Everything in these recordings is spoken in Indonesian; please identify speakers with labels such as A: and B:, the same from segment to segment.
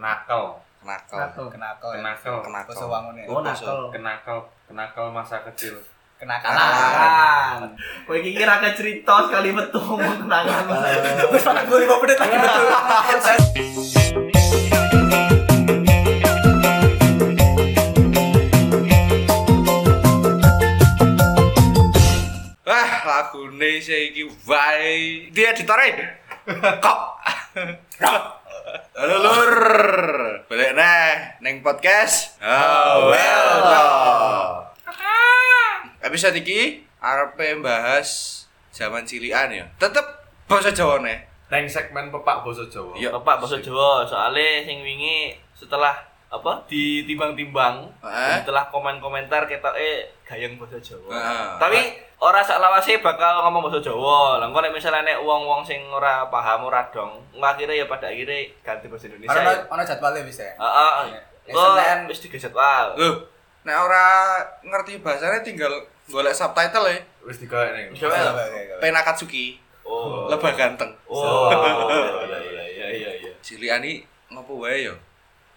A: nakal
B: Nakal.
C: Kenakal. ya?
A: kenakal
B: Kenakal.
C: Basa wangun ya.
B: Oh,
A: kenakal kenakal kenakal masa kecil
C: Kenakalan.
D: Kenangan. Kowe iki kira ke cerita sekali betul ngomong kenangan.
C: Wis pakai 25 menit lagi betul.
B: Wah, lagune saiki wae. Dia ditore. Kok. Halo lur. Balik neh ning podcast. Oh, well. Episode iki arepe bahas zaman cilian ya. Tetep basa Jawane.
A: neng segmen pepak basa Jawa
B: Iya.
E: Bapak Boso Jawa soalnya sing wingi setelah apa ditimbang-timbang
B: Heeh.
E: setelah komen-komentar kita eh gayeng Boso Jawa.
B: Heeh.
E: Tapi ora sak lawase bakal ngomong Boso Jawa. Lah engko nek misalnya nek wong-wong sing ora paham ora dong, akhirnya ya pada akhirnya ganti bahasa Indonesia.
C: Karena
E: ya.
C: ono jadwalnya bisa. ya?
E: Heeh.
C: Ya,
E: Oh,
C: Senin.
E: wis tiga jadwal.
B: Loh, nek ora ngerti bahasanya tinggal golek subtitle ya.
A: wis digawe ning
E: Bisa
C: Oke,
E: wae.
C: oke, oke.
B: Pena Katsuki,
E: Oh.
B: lebah ganteng.
E: Oh.
A: iya iya iya iya iya
B: Cilian iki ngopo wae ya?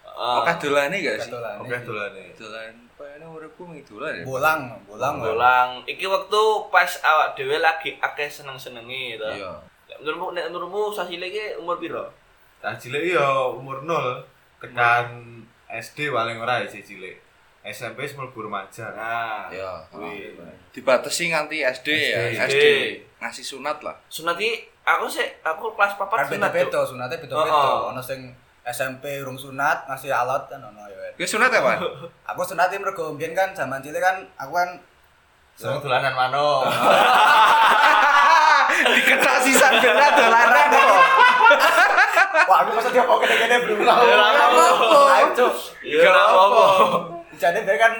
E: Heeh.
B: Oke dolane gak sih?
C: Kebetulan.
A: oke dolane
B: Dolan pengen uripku mung dolan ya.
C: Bolang, bolang.
E: Bolang. Iki waktu pas awak dhewe lagi akeh seneng-senengi to.
B: Iya.
E: Nek Menurutmu nek menurutmu Sasile iki umur piro?
A: Nah, cilik ya umur 0 tekan SD paling ora ya sih cilik. SMP wis mlebu remaja.
E: Nah.
B: Iya.
E: Wih.
B: Dibatasi nganti SD ya,
A: SD.
B: SD. Ngasih sunat lah.
E: Sunat iki aku sih aku kelas
C: Kan
E: papat sunat.
C: beda-beda
E: Cuk.
C: sunate
E: Oh, oh.
C: beda-beda. Ono sing SMP urung sunat ngasih alat kan ono ya.
B: Gue sunat ya, Pak?
C: Aku sunate mergo mbiyen kan zaman cilik kan aku kan
A: Seneng dolanan mano.
B: Diketak sisan benda dolanan kok.
C: wah aku masa dia mau kene-kene berulang.
E: Ora apa-apa.
C: Ayo cuk.
E: Iya ora apa-apa.
C: Jadi dia kan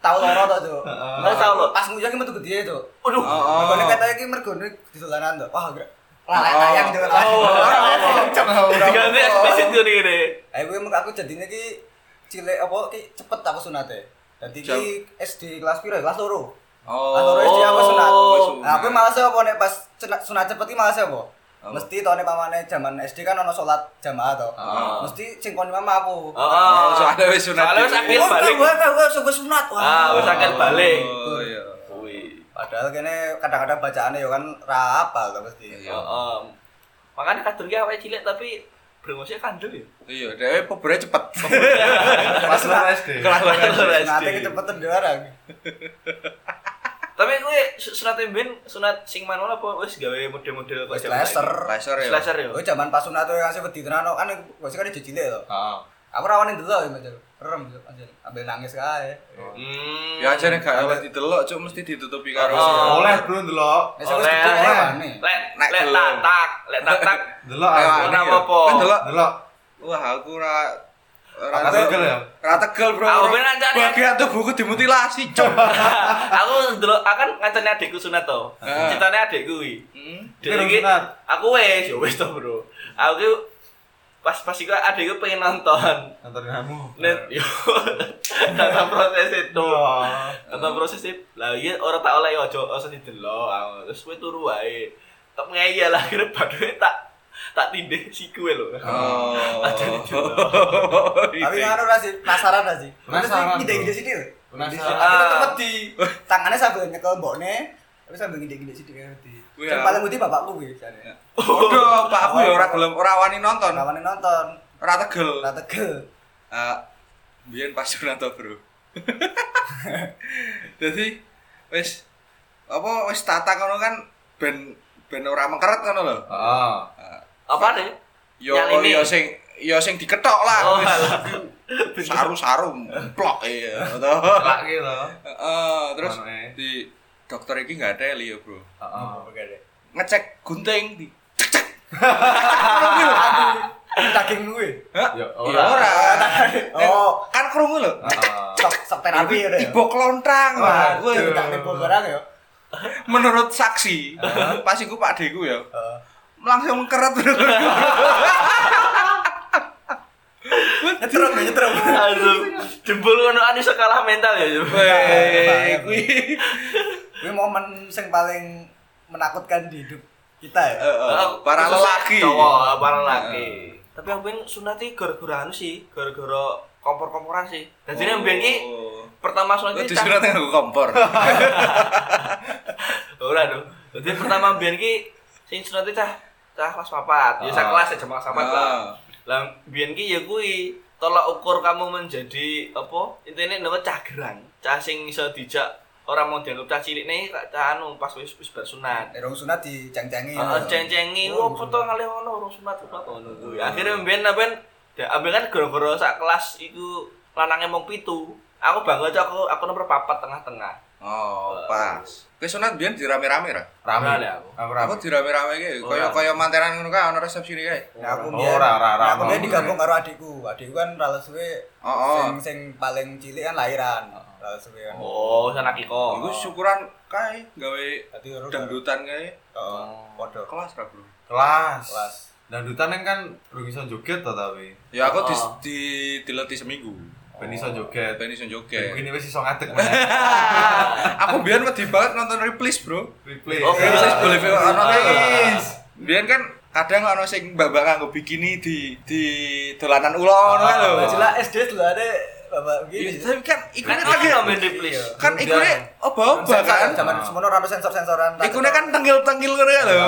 C: tahu loro tuh tuh.
E: Oh, tahu loro.
C: Pas nguyang ki metu gede tuh.
E: Waduh.
B: Oh.
C: Mergo nek katanya ki mergo nek di dolanan tuh. Wah, gra- lalat
B: Oh.
C: ayam juga. lalat.
E: Oh,
C: Lalat ayam, cuk.
E: Diganti eksplisit yo ngene.
C: Ayo gue emang aku jadinya ki cilik apa ki cepet aku sunate. Dadi ki SD kelas piro? ya? Kelas loro. Kelas loro SD aku sunat.
E: Oh.
C: Nah, aku malasnya apa nek pas sunat, sunat cepet ki malasnya apa?
B: Apa?
C: Mesti tahun pamane zaman SD kan ono sholat jamaah toh.
E: Ah.
B: Oh.
C: Mesti sing kon mama aku.
E: Heeh.
B: Soalnya wis sunat.
E: Soalnya wis
B: dhewe.
E: akil
C: Oh,
E: Ah, balik.
C: gue gue gue gue sunat.
E: Ah, wis akil balik.
B: Oh, iya.
E: Wih.
C: Padahal kene kadang-kadang bacaannya ya kan ra apal to mesti.
B: Iya.
E: Heeh. Makane kadung ki awake cilik tapi brengosnya kandel ya.
B: Iya, dhewe pobere cepet.
A: iya, Pas loro SD.
B: Kelas loro SD.
C: Nanti kecepatan dua orang.
E: Tapi kowe su- sunat ben sunat sing manual apa wis gawe model-model apa
C: Laser.
B: Laser ya.
E: Laser yo.
C: Oh, zaman pas sunat tuh yang ngasih wedi tenan kan gue sih kan dia cilik to.
B: Oh.
A: Heeh.
C: Aku rawanin dulu ya macam rem Cuk, anjir. Ambil nangis kae.
E: Hmm.
B: Ya ajane gak oleh didelok, cuk mesti ditutupi karo
E: Oh.
B: sial.
A: Oleh bro ndelok.
C: Nek sing wis
E: Oleh.
C: gede kae wane.
E: Lek
B: Nek
E: lek
B: gelem.
E: tatak, lek tatak.
A: Ndelok
B: Ayo,
A: aku.
E: Ora
B: aneh ya.
E: apa-apa.
B: Kan delok.
A: Ndelok.
B: Wah, aku ora ora
A: Apa
B: tegel.
A: tegel ya?
B: Ora tegel, Bro.
E: Aku pengen ancane.
B: Bagian tubuhku dimutilasi, cuk.
E: aku ndelok akan ngancane adikku sunat to.
B: Ah.
E: Ceritane adikku kuwi.
B: Hmm.
E: Dek
A: Terus
E: iki
A: sunat.
E: aku wis ya wis to, Bro. Aku ki pas pas iku adikku pengen nonton.
A: Nonton kamu.
E: Net yo. Tata proses itu.
A: Wah.
E: Tata proses itu. Lah iya ora tak oleh ojo ojo didelok. aku. Terus kowe turu wae. Tok ngeyel lah akhirnya baduke tak tak tindih siku lho.
B: Oh.
E: Ajane didelok.
C: Tapi kan ora sih penasaran ra sih.
A: Penasaran,
C: Penasaran. Gede-gede
A: Bro.
C: sithik. lho.
A: Penasaran.
C: Tapi tetep wedi. Tangannya sambil nyekel mbokne, tapi sambil gede-gede sithik kae wedi.
B: Wih,
C: Sing
B: aku-
C: paling wedi bapakku kuwi jane.
B: Waduh, Pak
A: Oh.
B: aku ya ora gelem ora wani nonton.
C: Rawanin nonton.
B: Ora tegel.
C: Ra tegel.
B: Eh, biyen pas Sunato, Bro. Jadi wis apa wis tata kono kan ben ben ora mengkeret ngono lho.
A: Heeh.
E: Apa nih?
B: Yo
E: Yang ini.
B: yo sing yo sing diketok lah.
E: Oh,
B: Wis.
E: alah.
B: Saru-saru eh, plok iya. toh.
A: Laki
B: gitu.
A: lho.
B: Heeh, Eh, terus
A: Manoe.
B: di dokter iki nggak ada ya, Bro.
A: Heeh.
B: Ngecek gunting di
C: Daging kuwi.
B: Hah?
A: Ya,
B: Ya
A: ora.
B: ora.
C: Oh,
B: Kan krungu lho.
A: Heeh.
C: sok sok terapi ya.
B: Tiba kelontrang. Wah,
C: Wah,
B: gue-
C: tak nipu barang ya.
B: menurut saksi, pas iku Pak Deku ya,
C: Heeh.
B: langsung keret.
C: Nyetrum, ya, nyetrum.
E: Aduh, jebul ngono ane kalah mental ya.
B: Weh, kuwi.
C: Ini momen yang paling menakutkan di hidup kita ya.
B: Heeh, Para
E: Oh, Khususnya
B: lelaki.
E: Cowok, para lelaki. tapi yang pengen sunat iki gara-gara anu sih gara-gara kompor-komporan sih jadi yang pengen ki pertama sunat
B: Oh,
E: iki
B: disurat nganggo kompor.
E: Oh, ora lho jadi pertama mbiyen ki sing sunat iki cah cah kelas 4 ya sak kelas ya jamaah sama lah
B: Ah.
E: lah mbiyen ki ya kuwi tolak ukur kamu menjadi apa intine nama cah gerang cah sing iso dijak orang mau dianggap cah cilik nih cah- cah anu pas wis wis bar sunat
C: Erong sunat di cang-cangi.
E: Heeh, ceng-cengi
C: Oh,
E: wah foto kali ngono urung sunat sunat ngono kuwi. Akhire mben ben ambil kan gara-gara sak kelas iku lanange mung pitu. Aku bangga cok aku, aku nomor papat tengah-tengah.
B: Oh, pas. Kowe sunat biyen dirame-rame ra?
A: Rame.
E: Ora, aku.
A: Aku
B: Aku
A: rame.
B: dirame-rame ki
E: Ora.
B: koyo koyo mantenan ngono kae ana resepsi kae.
C: Nah, aku
A: Oh,
C: biar,
A: ora, ora, ora,
C: nah, aku
A: ora,
C: biar
A: ora.
C: digabung karo adikku. Adikku kan rala suwe
B: Oh, oh.
C: sing sing paling cilik kan lahiran. Rala suwe kan.
E: Oh, sana kiko.
B: Iku syukuran kae gawe
C: Dadi ora
B: dangdutan kae.
C: padha.
B: Kelas ra, Bro?
A: Kelas.
C: Kelas.
A: Dangdutan yang kan belum iso joget toh tapi.
B: Ya aku di,
E: Oh.
B: di dileti seminggu.
A: Ben iso joget.
B: Ben iso joget.
A: Ini wis iso ngadeg meneh.
B: Aku biyen wedi banget nonton replays, Bro.
A: Replay.
E: Oh,
A: Ya.
B: Replays boleh
E: Ah.
B: ana
A: Replays.
B: Iya. Biyen kan kadang ono sing mbak-mbak nganggo bikini di di dolanan ulo ngono kae lho.
C: Nah, jelas SD dulu ada bapak
B: Iya,
C: gini.
B: Tapi kan iku
E: Kan
B: kan
E: iki
B: agak-
E: nomen replis.
B: kan iku
E: nah,
A: Udah.
B: oba-oba kan.
C: Zaman semono ora ono sensor-sensoran.
B: Iku kan tenggil-tenggil ngono ya lho.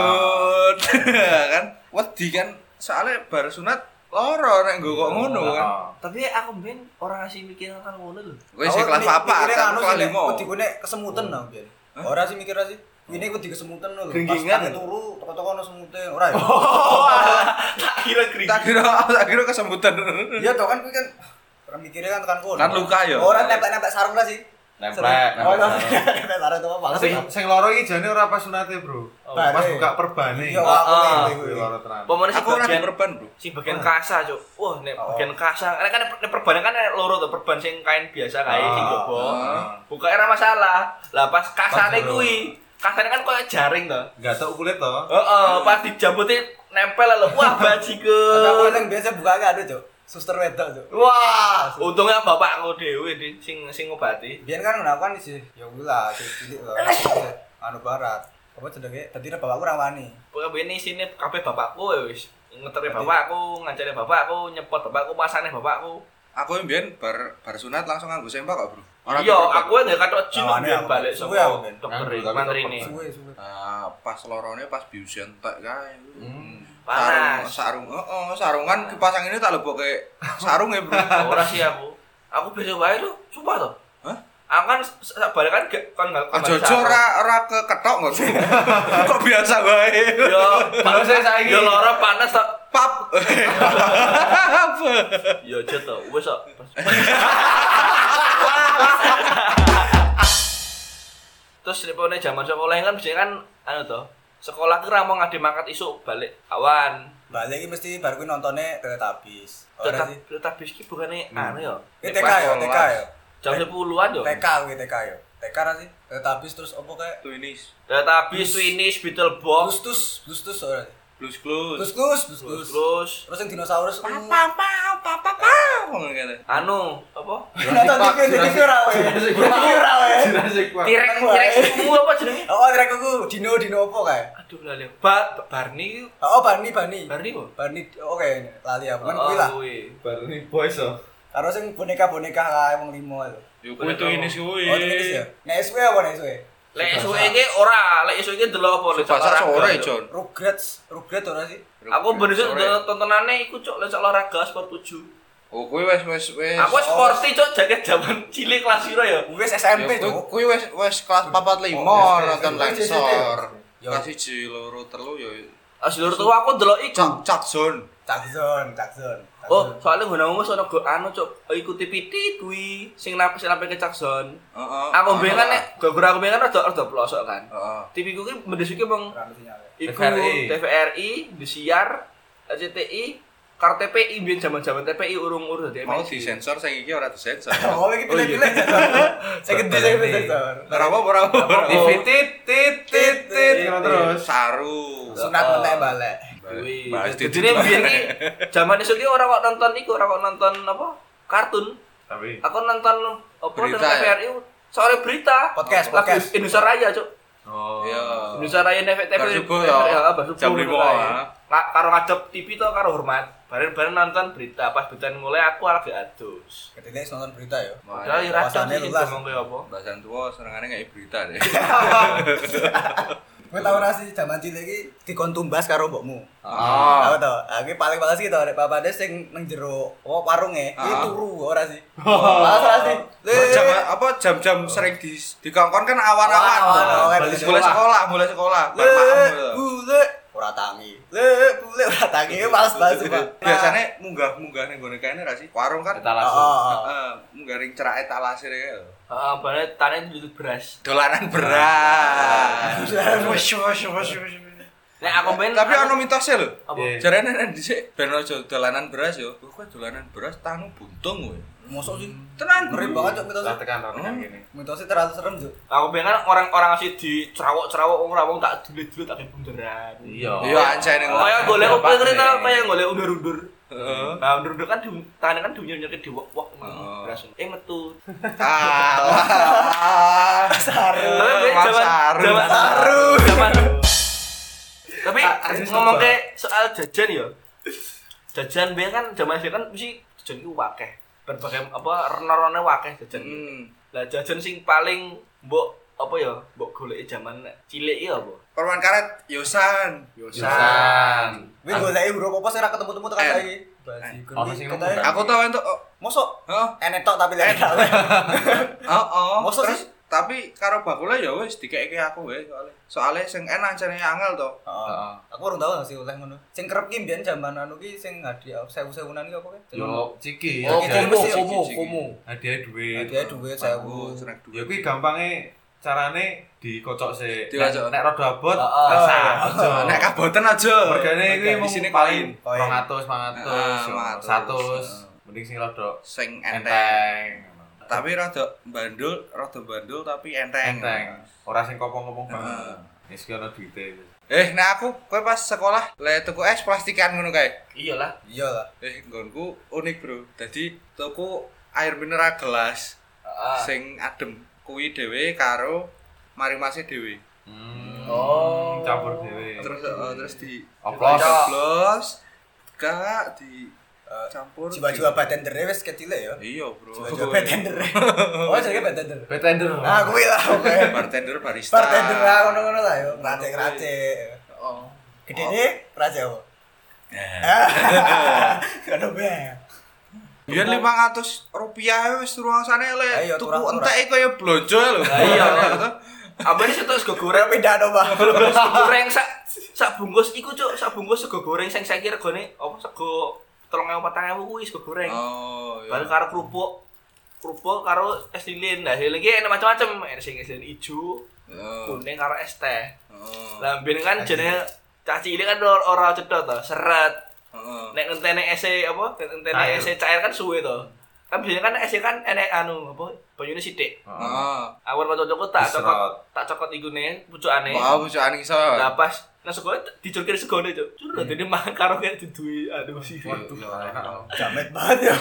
B: Kan wedi kan soalnya bar sunat loro nek nggo kok ngono kan.
A: Ah.
E: Tapi aku mben orang ngasih mikir tentang ngono lho.
B: Wis sing kelas 4 kan
C: anu
B: kelas 5.
C: Kudu kesemutan no, biyen. Ora sih mikir sih. Ini kudu kesemutan lho. Pas
A: Genggengan.
C: tangi turu toko-toko ono semute ora ya.
E: Tak kira krik.
B: Tak kira tak kira kesemutan.
C: Iya toh kan kuwi kan orang mikirnya kan tekan kono.
B: Kan luka ya.
C: Ora nempel-nempel sarung lah sih.
A: Nemplek, nempel
C: Sarung. Oh,
A: sarung.
C: nempel sarung itu apa? Males
A: Sing
C: ya.
A: sing loro iki jane ora pas sunate, Bro.
C: Bare.
A: Pas buka perbane.
C: Iya, aku
E: Ah,
C: ngerti
A: Kuwi
C: kuwi.
A: loro tenan.
E: Pemane sing
B: Aku ora di
E: bagian
B: perban, Bro.
E: sing bagian kasa cok. Wah, nek bagian kasa. Nek kan nek perban kan nek loro to perban sing kain biasa kae sing
A: Ah,
E: bobo.
B: ah.
E: Bukae ora masalah. Lah pas kasane
A: Pas loro.
E: kuwi, kasane kan koyo jaring to.
A: Enggak tau kulit toh.
E: Heeh, pas dijambuti nempel lah lho. Wah,
C: Tapi aku
E: bajiku.
C: yang biasa buka gak ada cok. Suster wedok cok.
E: Wah, untungnya bapakku dhewe di- sing sing ngobati.
C: Biyen kan ngono kan sih. Ya kuwi lah cilik cilik lah. Anu barat. Apa jenenge? Dadi nek bapakku ora wani.
E: Pokoke ben isine kabeh bapakku ya wis. Ngeteri bapakku, ngancani bapakku, nyepot bapakku, masane bapakku.
B: Aku mbien bar bar sunat langsung nganggo sempak kok, Bro. Ora
E: Iya,
B: diperban.
E: aku nggak katok jin
C: Lawannya
E: ben
C: apa?
E: balik
C: Suwe aku,
E: sama
C: Ben.
E: dokter
A: Nganggur, tapi
E: mantri ini.
A: tetep.
C: Suwe suwe.
B: Nah, Ah, pas lorone pas biusen tak kae.
A: Hmm.
E: Panas.
B: Sarung, sarung, oh, sarungan dipasang ini tak lebok ke sarung ya bro.
E: Ora sih aku. Aku besok wae tuh, sumpah tuh.
B: Hah?
E: Aku kan s- s- balik kan gak kan gak
B: Aja aja ora ora keketok nggak sih? Kok biasa wae.
E: Yo,
A: Baru saya saiki.
E: Yo lara panas tak.
B: Pap.
E: Yo aja tuh, wes kok. Terus repone zaman sekolah kan biasanya kan anu tuh. Sekolah kira mau ngadi mangkat isuk balik awan.
C: Balik iki mesti baru kuwi nontone Teletubbies. Ora
E: Tetap
C: Oh, sih.
E: tetap biski bukannya anu yo.
C: Ini TK ya, TK ya.
E: Jam 10-an yo.
C: TK kuwi TK ya. TK ra sih. Teletubbies terus opo kayak
B: Tuh ini
E: Teletubbies, Twinies, Beetleborgs,
C: Gustus, Gustus ora sih.
B: blues clues.
C: Gustus, Gustus.
E: terus
C: Terus yang dinosaurus. uh,
B: Papa, papa, papa.
E: anu apa?
C: Nonton TV, TV ora wae. TV ora wae.
A: Jurassic Park.
E: Tirek tirek semua apa jenenge?
C: Oh, kira kuku Dino Dino apa kayak?
E: Aduh lali. Ba Barney
C: Oh, Bani Bani.
E: Barney Oh, iya. kok.
C: Bani oh, oke lali aku kan kuwi lah.
A: Barney Boys oh.
C: Karo sing boneka-boneka kae wong limo lho.
B: Yo kuwi tuh ini sih kuwi.
E: Iya.
C: Oh, terus ya. Nek SW apa nek SW?
E: Lek esuk iki ora, lek esuk iki delok apa lek
B: Bahasa
E: olahraga,
B: Oh, sore,
E: lho.
B: John.
C: Rugrats, Rugrats ora sih?
E: Aku bener
B: Sore.
E: delok tontonane iku cok lek olahraga sport 7.
B: Oh, kuwi wes wes wes.
E: Aku sporty cok jaket zaman cilik kelas piro ya.
C: Wis
B: Ya,
C: SMP
B: kuwi-
C: tuh.
B: kuwi wes wes kelas papat
C: Oh,
B: lima
C: wes-
B: nonton
C: wes- wes- wes-
B: lensor.
C: wes- wes.
B: Kelas siji loro telu yo.
E: Asilur tua Ah, aku delok iku.
B: Cak cak zone.
C: Jackson, Jackson.
E: Oh, soalnya gue nemu soalnya gue anu cok ikuti pitit kuwi sing napa sing sampai ke Jackson.
B: Heeh.
E: Aku mbek kan nek gara-gara aku mbek kan rada rada pelosok kan.
B: Heeh.
E: TV ku ki mendesiki mong
C: Rame sinyal.
E: Iku
A: TVRI.
E: TVRI, Desiar, RCTI, KTPI biyen zaman-zaman TPI urung-urung dadi
B: Mau
E: MNC.
B: disensor sing iki ora disensor.
C: Oh, iki
E: iya.
C: pilih-pilih. Saya gede saya gede.
E: Oh.
B: Ora apa-apa, ora apa-apa.
A: TV tit tit tit tit Ngono terus.
B: Saru.
C: Sunat menek balik.
E: Kuwi.
B: Bahas di-
E: Jadi biyen ki zaman isu ki ora kok nonton iku, ora kok nonton apa? Kartun.
A: Tapi
E: Aku nonton apa nonton
B: Berita ya?
E: TVRI sore berita.
C: Podcast,
E: Lagu
C: podcast.
E: Indonesia Raya, Cuk.
A: oh.
B: Iya.
E: Indonesia Raya nek
B: Bar
E: TVRI.
B: subuh ya.
E: TVRI, ah, bar subuh
B: Jam
E: ngono
B: lima,
E: kae.
B: ah.
E: Ka- Karo ngadep TV to karo hormat. bareng-bareng nonton berita pas berita mulai aku lagi adus
C: Ketika is nonton berita ya.
B: Nah,
E: padahal ya rasa
C: Wawasannya
E: sih
C: luas.
E: ngomong kayak apa
B: Bahasan tua serangannya kayak berita deh.
C: Kowe tau ora sih zaman cilik iki dikon tumbas karo mbokmu.
B: Ah.
C: Tau tau. Aku paling males gitu arek papade sing nang jero oh, warunge iki
B: Ah.
C: turu ora sih. Males ora sih. Le-
B: Jam, apa jam-jam sering di di kongkon kan awan-awan.
C: Awan-awan, awan.
B: Mulai sekolah, sekolah, mulai sekolah.
C: Le
B: Bar maem, gitu.
C: bule ora tangi. Le bule ora tangi males banget sumpah.
B: Biasanya munggah-munggah ning gone kene ra sih. Warung kan
A: etalase
C: Oh,
B: heeh, munggah ring cerak etalase rek.
E: ah bareng tanah itu beras
B: Dolanan beras.
E: nek aku pengen
B: Tapi ono mitosnya lho.
E: apa
A: Iya.
B: Jarane nek dhisik ben aja dolanan beras yo. Kok dolanan beras tanu buntung kowe.
C: mosok sih.
B: Tenan
C: Ngeri banget cuk mitosnya.
A: Lah tekan-tekan gini.
C: Mitosnya terlalu serem cuk.
E: aku pengen kan orang-orang asli di cerawok-cerawok orang-orang tak dulit-dulit tak kayak bunderan
A: Iya.
B: Iya anjay ning lapangan.
E: kayak golek apa
B: Lapangan.
E: ngerti tau kayak golek undur-undur
B: Heeh.
E: nah undur-undur kan di tanah kan dunia nyakit di wak-wak
B: Oh.
E: beras eh metu
B: Alah.
C: Saru.
E: Tapi
B: Eh,
E: gue
B: Mas Ah,
E: zaman
B: Saru.
E: zaman
C: Saru.
E: zaman. Tapi
A: A- Aziz
E: ngomong
A: apa?
E: ke soal jajan ya. Jajan biar kan zaman saya kan mesti jajan itu wakeh. Berbagai apa renor-renor wakeh jajan.
B: Hmm.
E: Lah jajan sing paling mbok apa ya mbok goleki zaman cilik ya apa?
B: Perwan karet Yosan.
A: Yosan.
C: Wih, gue saya huruf apa sih, ra ketemu-temu tekan
B: Ah. Eh.
C: lagi. Basiku
A: Apa
C: iki
A: sih
C: katanya-
A: ngomong?
B: Aku tau entuk oh,
C: Mosok
B: oh,
C: enek tok tapi lek tak. Ah.
B: oh, oh.
C: Masa
B: terus
C: sih?
B: tapi karo bakule ya wis dikeke aku wae soalnya. Soale sing enak jane angel to.
A: Heeh.
C: Aku orang tahu nggak sih oleh ngono. Sing kerep ki mbiyen jamban anu ki sing hadiah sewu-sewunan ki apa ki?
A: Yo ciki.
C: Oh,
A: hadiah-
C: komo,
B: komo, komo.
A: Hadiah duit.
C: Hadiah duit sewu.
B: Aku serak
A: Ya
B: duwe.
A: kuwi gampangnya carane dikocok sih.
B: Dikocok.
A: Nek nek rada abot,
C: Heeh.
A: rasa. aja.
B: Nek kaboten aja.
A: Regane iki
B: Di
A: mung
B: sini
A: paling
B: paling
A: 200,
C: koin.
A: 500, 100.
B: Heeh, 100.
A: Mending sing rada
B: sing enteng.
A: enteng.
B: Tapi rada bandul, rada bandul tapi enteng.
A: Enteng. Ora sing kopong-kopong banget.
B: Heeh.
A: Wis ki ana duite.
B: Eh, nah aku kowe pas sekolah le tuku es plastikan ngono kae.
E: Iyalah.
C: Iya lah.
B: Eh, nggonku unik, Bro. Dadi tuku air mineral gelas sing adem kuwi dhewe karo marimase dhewe.
A: Hmm.
E: Oh.
A: Campur dhewe.
B: Terus eh, terus di
A: Oplos.
B: oplos. Gak di
C: Eh,
B: campur.
C: Jiwa-jiwa batendere wis kecil e, ya.
B: Iya, Bro.
C: Jiwa-jiwa batendere. Oh, jadi batender.
A: Bartender.
C: Nah, kuwi lah pokoknya.
B: Bartender barista.
C: Bartender lah ngono-ngono lah yo. Ngracik-ngracik.
B: Oh.
C: Gede nih, ngracik apa? Gak ya? ada bayar.
B: Biar lima ratus rupiah wis ruang sana le.
C: Ayo,
B: Tuku
C: turah-turah.
B: entek iku ya blonjo lho.
E: iya. Apa ini setus sego goreng?
C: Kurang pindah dong, Bang.
E: Sego goreng sak sak bungkus iku cuk, sak bungkus sego goreng sing saiki regane apa sego 3000 4000 kuwi sego goreng.
B: Oh, iya.
E: Baru karo kerupuk kerupuk karo es lilin. Nah, lilin iki enak macam-macam. Ada sing es lilin ijo,
B: Oh.
E: kuning karo es teh.
B: Oh.
E: Lah ben kan jenenge cah cilik kan ora ora cedhak to, seret.
B: Heeh.
E: Nek ngenteni es e, apa? Nek ngenteni
A: Oh. Cair.
E: es cair kan suwe to. Kan biasanya kan es kan enek anu apa? Banyune sithik.
A: Heeh.
B: Ah,
E: Awan kocok-kocok tak
A: Diserot.
E: cokot tak cokot ikune pucukane.
B: mau bujukan iso.
E: Lah pas nang sekolah dicurkir segone, Cuk. Cur
A: Hmm.
E: dene mangan karo kayak diduwe aduh sih.
A: Waduh, enak.
C: Jamet
A: Iya.
C: banget ya.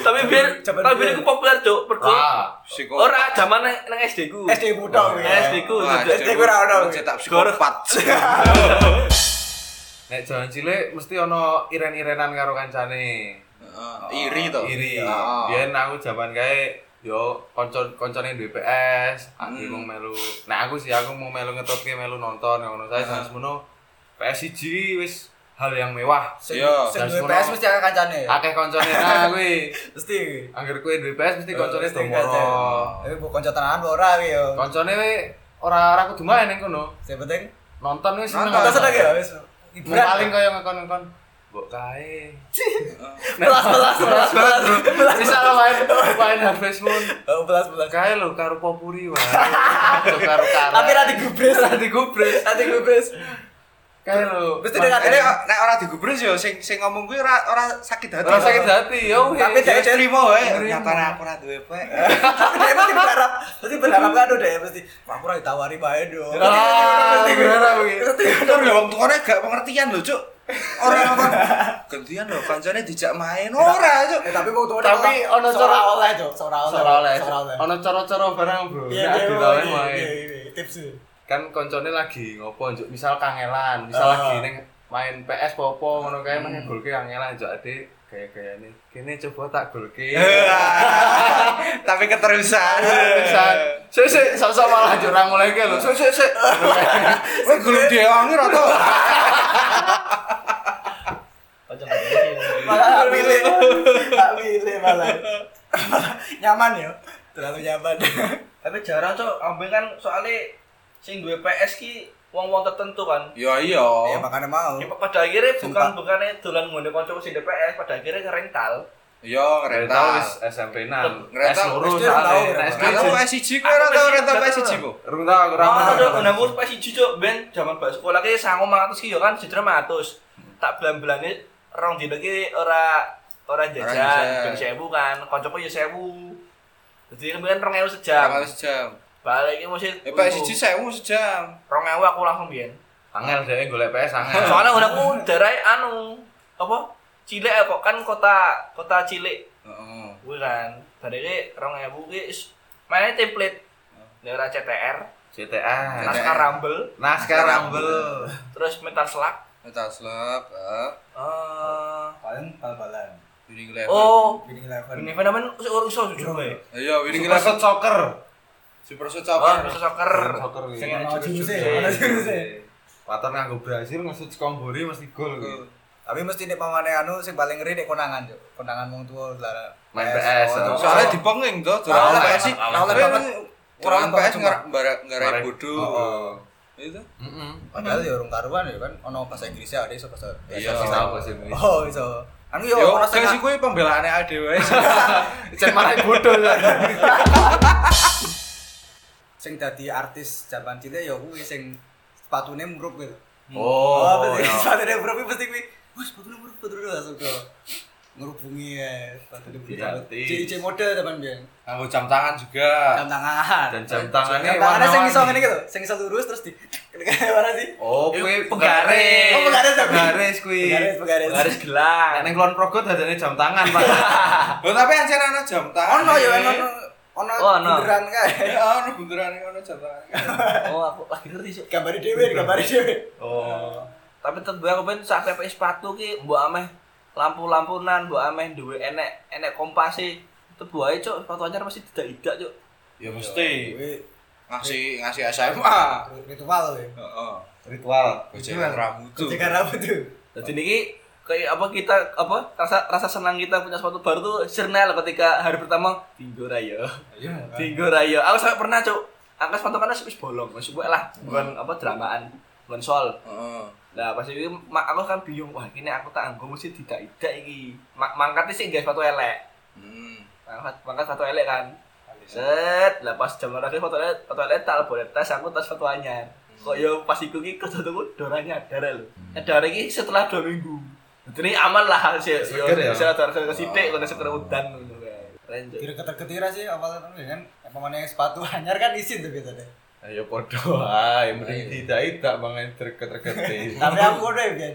E: Tapi biar
C: Jaman
E: tapi biar
C: biyen.
E: iku populer, Cuk. Pergo
A: Wah.
B: Psiko.
E: ora jaman nang- nang SD ku. ya.
C: SD budak kuwi.
E: SD ku.
B: Wah,
E: Cuk.
C: SD ku ora ono.
B: Cetak psikopat.
A: Nek jalan cilik mesti ana iren-irenan karo kancane. Ah,
B: Heeh, Iri to. Ah.
A: Iri.
B: Heeh.
A: Biyen aku jaman kae yo kanca-kancane duwe PS, aku
B: Hmm.
A: mau melu. Nah aku sih aku mau melu ngetutke melu nonton ya ngono. Saya jan
B: Ah.
A: semono PS1 wis hal yang mewah.
C: Sing
B: Iya.
C: sing
A: Dan
C: duwe
A: semono-
C: PS mesti akeh kancane. ya?
A: Akeh kancane nah kuwi.
C: Mesti.
A: Angger kuwi duwe PS mesti kancane
C: Eh,
A: do
C: mesti
A: moro.
C: kancane. Eh, bu kanca tenanan bu, ora kuwi yo.
A: Kancane ora ora kudu main ning kono.
C: Sing penting
A: Nonton wis
B: Nonton.
C: Kata seneng ya wis.
A: Mung paling kaya ngekon-ngekon. Mbok kae.
C: belas belas belas belas belas
A: Bisa lo main main Harvest Moon.
C: Oh, belas belas.
A: Kae lo karo popuri wae. Aja karo karo.
C: Tapi nanti gubris, nanti
A: digubris.
C: nanti gubris.
A: Kae lo.
C: Mesti
B: Nek
C: dengan ini
B: nek- nek ora digubris yo sing sing ngomong kuwi ora ora sakit hati.
A: Ora sakit hati yo. weh.
C: Tapi saya
B: Saya terima wae.
A: Terima.
B: Nyatane aku ora duwe pe.
C: tapi dia mesti berharap, mesti berharap kan udah ya mesti. Wah, aku udah ditawari bae dong.
A: Ah,
C: Mesti-
A: berharap
C: mesti-
A: iki.
C: mesti-
B: Tur lho wong tukone gak pengertian lho, Cuk. Ora apa. Gantian lho kancane dijak main. Ora, Cuk.
C: Eh, tapi mau tuh
A: Tapi ono
C: cara
A: cara-
C: oleh tuh, cara oleh,
A: Ora oleh.
C: Sora oleh.
A: Ono cara-cara barang, Bro. Nek
C: Iya, iya,
A: ditawain
C: iya,
A: wae.
C: iya, iya, iya. Tips sih.
A: Kan koncone lagi ngopo njuk misal kangelan, misal
C: Ah.
A: lagi ning main PS popo ngono kae main golke angel aja ade gaya-gayane. Kene coba tak golke.
B: Tapi keterusan.
A: Pisan. Sik sik sosok malah lanjut ra mulai ke lho. Sik sik sik.
B: Weh gelem diewangi ra to?
C: malah tak pilih tak pilih malah Malah nyaman ya terlalu nyaman
E: Tapi jarang cok, ambek kan soalnya sing duwe PS ki wong-wong tertentu kan.
B: Ya iya.
A: Oh.
C: ya makanya mau
E: Ya, pada akhirnya bukan
C: Sumpah.
E: bukannya dolan ngundang kanca sing duwe PS, pada akhirnya ngerental.
B: Iya
A: Rental
B: rental.
A: wis SMP nan.
B: Rental,
A: S loro
C: SD
A: soalnya.
C: orang tau,
A: Nah,
C: orang
A: SD
B: Rental
A: sih.
B: PS1 kowe ora tau
E: Aku
B: rental
E: PS1
B: PS1 po.
A: Rung tau aku ra
E: Oh,
A: mau.
E: ada ngundangku PS siji cok, ben jaman balik sekolah ki 900 ki yo kan sejarah 100. Tak belan-belane rong dina ki ora ora
B: jajan.
E: jajan, ben 1000 kan, kancaku yo 1000. Jadi kan ben 2000 sejam. Eh,
B: Rental sejam.
E: Balik ki mesti
B: Ya PS1 1000 sejam.
E: 2000 aku langsung biyen.
A: Angel dhewe golek PS angel.
E: Soalnya ngundangku darai anu apa? Cilik ya kok kan kota kota cilik
B: Heeh.
E: gue kan dari ini rong ewu gue mainnya template dari CTR
A: CTA.
B: Nah,
E: Naskah Rumble
A: Naskah Rumble.
E: terus Metal Slug
B: Rental slap. eh,
E: eh,
C: kalian bal-balan
B: Winning level.
E: oh
C: winning eleven
E: ini fenomen usah orang usah jujur gue
B: Iya winning
A: Super
B: level.
A: Shot Soccer.
B: Super Shot
E: oh
B: Soccer.
E: bisa soccer
A: Soccer
C: Sing
A: iki.
C: ana jurusnya,
A: Jurus-
C: ana jurusnya.
A: Waton nganggo Brasil ngesut skombori mesti gol kuwi.
C: tapi mesti nek pamane anu sing paling ngeri nek konangan yo konangan wong tua lah
A: Main PS, oh.
C: oh,
B: Soalnya
C: di
B: dipenging to,
C: Ora
B: durang
C: oleh,
B: PS.
C: ora oleh
B: Kowe
C: banget.
E: kan-
C: Ora
B: Kurang
C: oleh banget
B: PS
C: cuma.
B: ngarep
A: Ngarep.
B: bodoh.
A: Heeh.
B: Itu.
A: Heeh.
C: padahal yo orang karuan ya kan ono bahasa Inggrisnya ada iso bahasa
B: Iya.
A: Kasih tahu bahasa Inggris.
C: oh iso anu yo
B: Yo,
C: ora
B: kan sih
C: sing
B: kuwi pembelaane adewe.
A: Cek marai bodoh lah.
C: sing dadi artis jaman cilik yo kuwi sing sepatune mrup gitu
A: Oh,
C: berarti
A: iya.
C: sepatune mrup kuwi mesti kuwi wis sepatune mrup sepatune langsung ke ngerubungi ya sepatune mrup
A: Diganti.
C: cici model teman biyen
B: Nganggo jam tangan juga.
C: jam tangan
A: Dan jam tangannya
C: jam tangannya sing
A: warna-warni.
C: iso ngene gitu sing iso lurus terus di kayak mana sih
A: Oh, kuwi
E: Eh, penggaris.
C: Oh, penggaris tapi.
A: Penggaris kuwi.
C: Penggaris, penggaris.
A: Penggaris gelang. Nek ning klon progot adane jam tangan, Pak.
B: Loh, Oh, tapi anjir ana jam tangan.
C: ono ya ono ono
E: Oh, ono.
C: bunderan kae
B: Ya ono bunderan ono jam tangan.
E: oh aku lagi ngerti Cuk.
C: gambari dhewe gambari dhewe
A: Oh.
E: tapi tetep gue aku pengen sak pepe sepatu ki mbok ameh lampu-lampunan mbok ameh duwe enek enek kompas sih tetep gue aja cok sepatu anyar pasti tidak tidak cok
B: Ya mesti
C: Kuwi
B: ngasih ngasih SMA.
C: ritual ya
B: Heeh.
A: Ritual.
B: Gojekan rambut.
C: Cekan rambut tuh
E: Jadi niki kayak apa kita apa rasa rasa senang kita punya sepatu baru tuh sirnel ketika hari pertama tinggo rayo.
B: Ah.
E: Tinggo rayo. Aku sampai pernah, Cuk. Angkat sepatu kan wis bolong, wis suwe lah. Bukan apa dramaan, bukan sol.
B: Heeh.
E: Lah pas itu mak aku kan bingung, wah ini aku tak anggo mesti tidak tidak iki. Mak mangkatnya sih nggak sepatu elek.
B: Hmm.
E: Mangkat mangkat sepatu elek kan. Set, lah pas jam olahraga sepatu elek, sepatu elek tak boleh tes, aku tes sepatu anyar. Kok yo pas iku ki ketemu doranya nyadar lho. Nyadar iki setelah 2 minggu. Jadi aman lah sih. Yo
A: Seger ya?
E: bisa dorong ke sithik kok seger udan ngono kae. Keren, Cuk.
C: kira ketir ketira sih awal kan ya kan apa mana sepatu anyar kan isin tuh biasanya
A: Ayo podo ae, mending tidak tidak mangan terket-terket.
C: tapi aku udah ya kan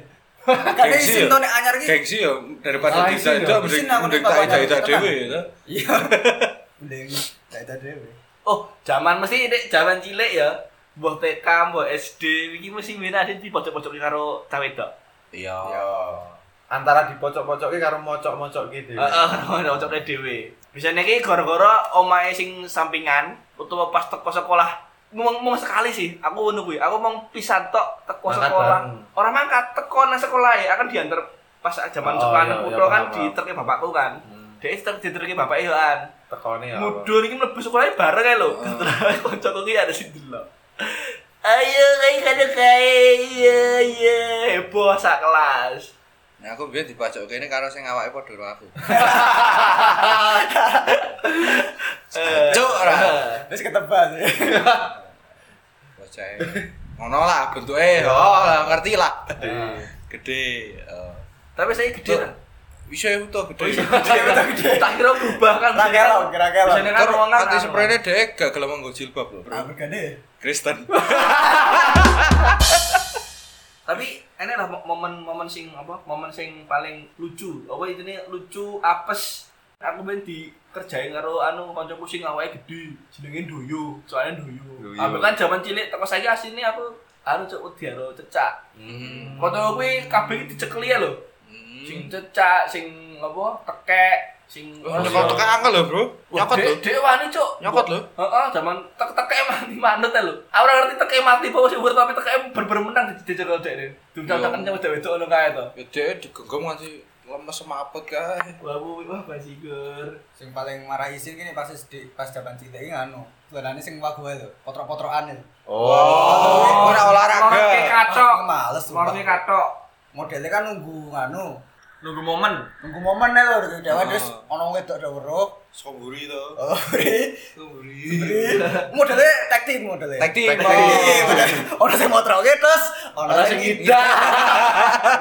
C: karena
B: Gengsi
C: isin
B: ya?
C: tuh nih anyar gitu
B: Gengsi ya daripada
A: Ah, isin
B: tidak
A: ya.
B: tidak
C: Isin
B: mending
C: aku
B: mending
C: nih,
B: tak
C: Bapak
B: tidak tidak
C: Jangan.
B: dhewe ya.
C: iya mending tak ada dhewe
E: Oh, zaman mesti nek zaman cilik ya. Mbah TK, mbah SD iki mesti minane di pojok-pojok karo cah wedok.
B: Iya.
A: Antara dipocok-pocoki karo mocok-mocoki dhewe.
E: Heeh, karo pojoknya dhewe. Bisa nek gara-gara omahe sing sampingan utawa pas teko sekolah Mung, mung sekali sih, aku ngono kuwi. Aku mong pisan tok teko
A: Mangkat
E: sekolah.
A: bareng.
E: Orang mangkat teko nang sekolah ya, akan diantar pas zaman
A: Oh,
E: sekolah
A: iya,
E: nang
A: iya,
E: kutho kan
A: paham, paham.
E: diterke bapakku kan.
A: Hmm.
E: Dek ter diterke bapake yo an.
A: Tekone ya. apa?
E: Mudun iki mlebu sekolahnya bareng ae lho.
A: Hmm.
E: Terus kancaku ki ada sing delok. Ayo kayak kada kayak ya ya heboh sak kelas.
B: Nah, aku biar dipajok kene karo sing awake padha karo aku. Cuk ora.
C: terus ketebas ya
B: Bocah. Ngono lah bentuke. Oh, lah, ngerti lah. Gede. eh.
E: Tapi saya gede lah.
B: Bisa ya tuh
E: Oh,
B: gede.
E: tak kira berubah kan.
C: Ra kelok, ra kelok.
E: Biasanya kan ruangan
B: Nanti
E: anu.
B: sprene dhek gak gelem nganggo jilbab lho, Bro.
C: apa kan gede
B: Kristen.
E: Tapi enak lah mo- momen-momen sing apa? Momen sing paling lucu. Apa itu nih lucu apes. Aku ben dikerjain karo anu kancaku sing awake gede, jenenge Doyo, soalnya Doyo.
A: Doyo.
E: Aku kan zaman cilik teko saiki asline aku anu cuk wedi karo cecak.
B: Hmm.
E: Foto kuwi kabeh iki dicekeli ya lho. Sing cecak, sing apa? Tekek, sing
B: Nyokot Hmm. tekan angel lho, Bro.
E: Wah,
B: Nyokot lho.
E: dek- Dek wani cuk.
B: Nyokot lho.
E: Heeh, zaman tek-teke mati manut ya lho. Aku ora ngerti teke mati apa sing umur tapi teke ber-ber menang di- dicekel dek ne. Duduk-dudukan
B: Iya.
E: nyawet wedok ngono kae to.
B: Ya dek digenggam nganti lemes semaput kae.
E: Wah, bu- wah, basigur.
C: Sing paling marah isin gini pas SD pas jaman cilik iki nganu. Tulanane sing wagu wae lho, e. potro-potroan lho.
B: Oh, ora olahraga.
E: Ngorke katok.
C: Ah, males sumpah.
E: Ngorke katok.
C: Modelnya kan nunggu nganu,
D: Nunggu momen.
C: nunggu momen ae lho dari
B: Ah.
C: dewa terus ono wedok ada weruh.
B: Somburi to.
C: Oh, beri.
B: Somburi.
C: Modelnya tag team modelnya.
B: Tag team.
C: Iya. Tag team, bener. Ono sing motroke terus ono
E: Ora
C: sing
E: sing idah.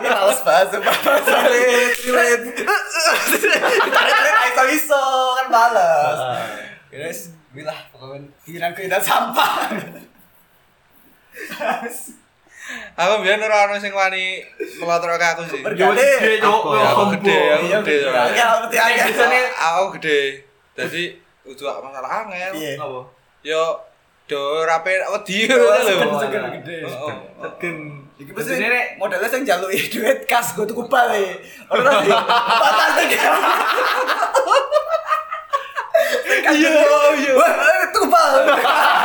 C: Ini males banget sumpah Sulit, sulit Ditarik-tarik gak bisa-bisa Kan males
A: Ah.
C: Guys, bilah pokoknya Keinginan-keinginan sampah
B: Aku biyen ora ono sing wani melotro ke aku sih.
C: Bergali
D: Gede, Cuk.
B: Ya, aku
D: Kombo.
B: gede, aku
C: Iya,
B: gede soalnya.
C: Ya, ngerti aja
B: Aku gede. Jadi udah gak masalah angel.
C: Iya
D: Apa?
B: Yo do rapi wedi
C: Oh,
B: ngono
C: segen,
B: lho.
C: segen, gede.
B: Heeh.
D: Segen.
C: Iki pasti
D: Jadi nek
C: modelnya sing njaluki duit kas gue tuku bal e. Ora sih. Patah sing. Iya, iya. eh, Tuku bal.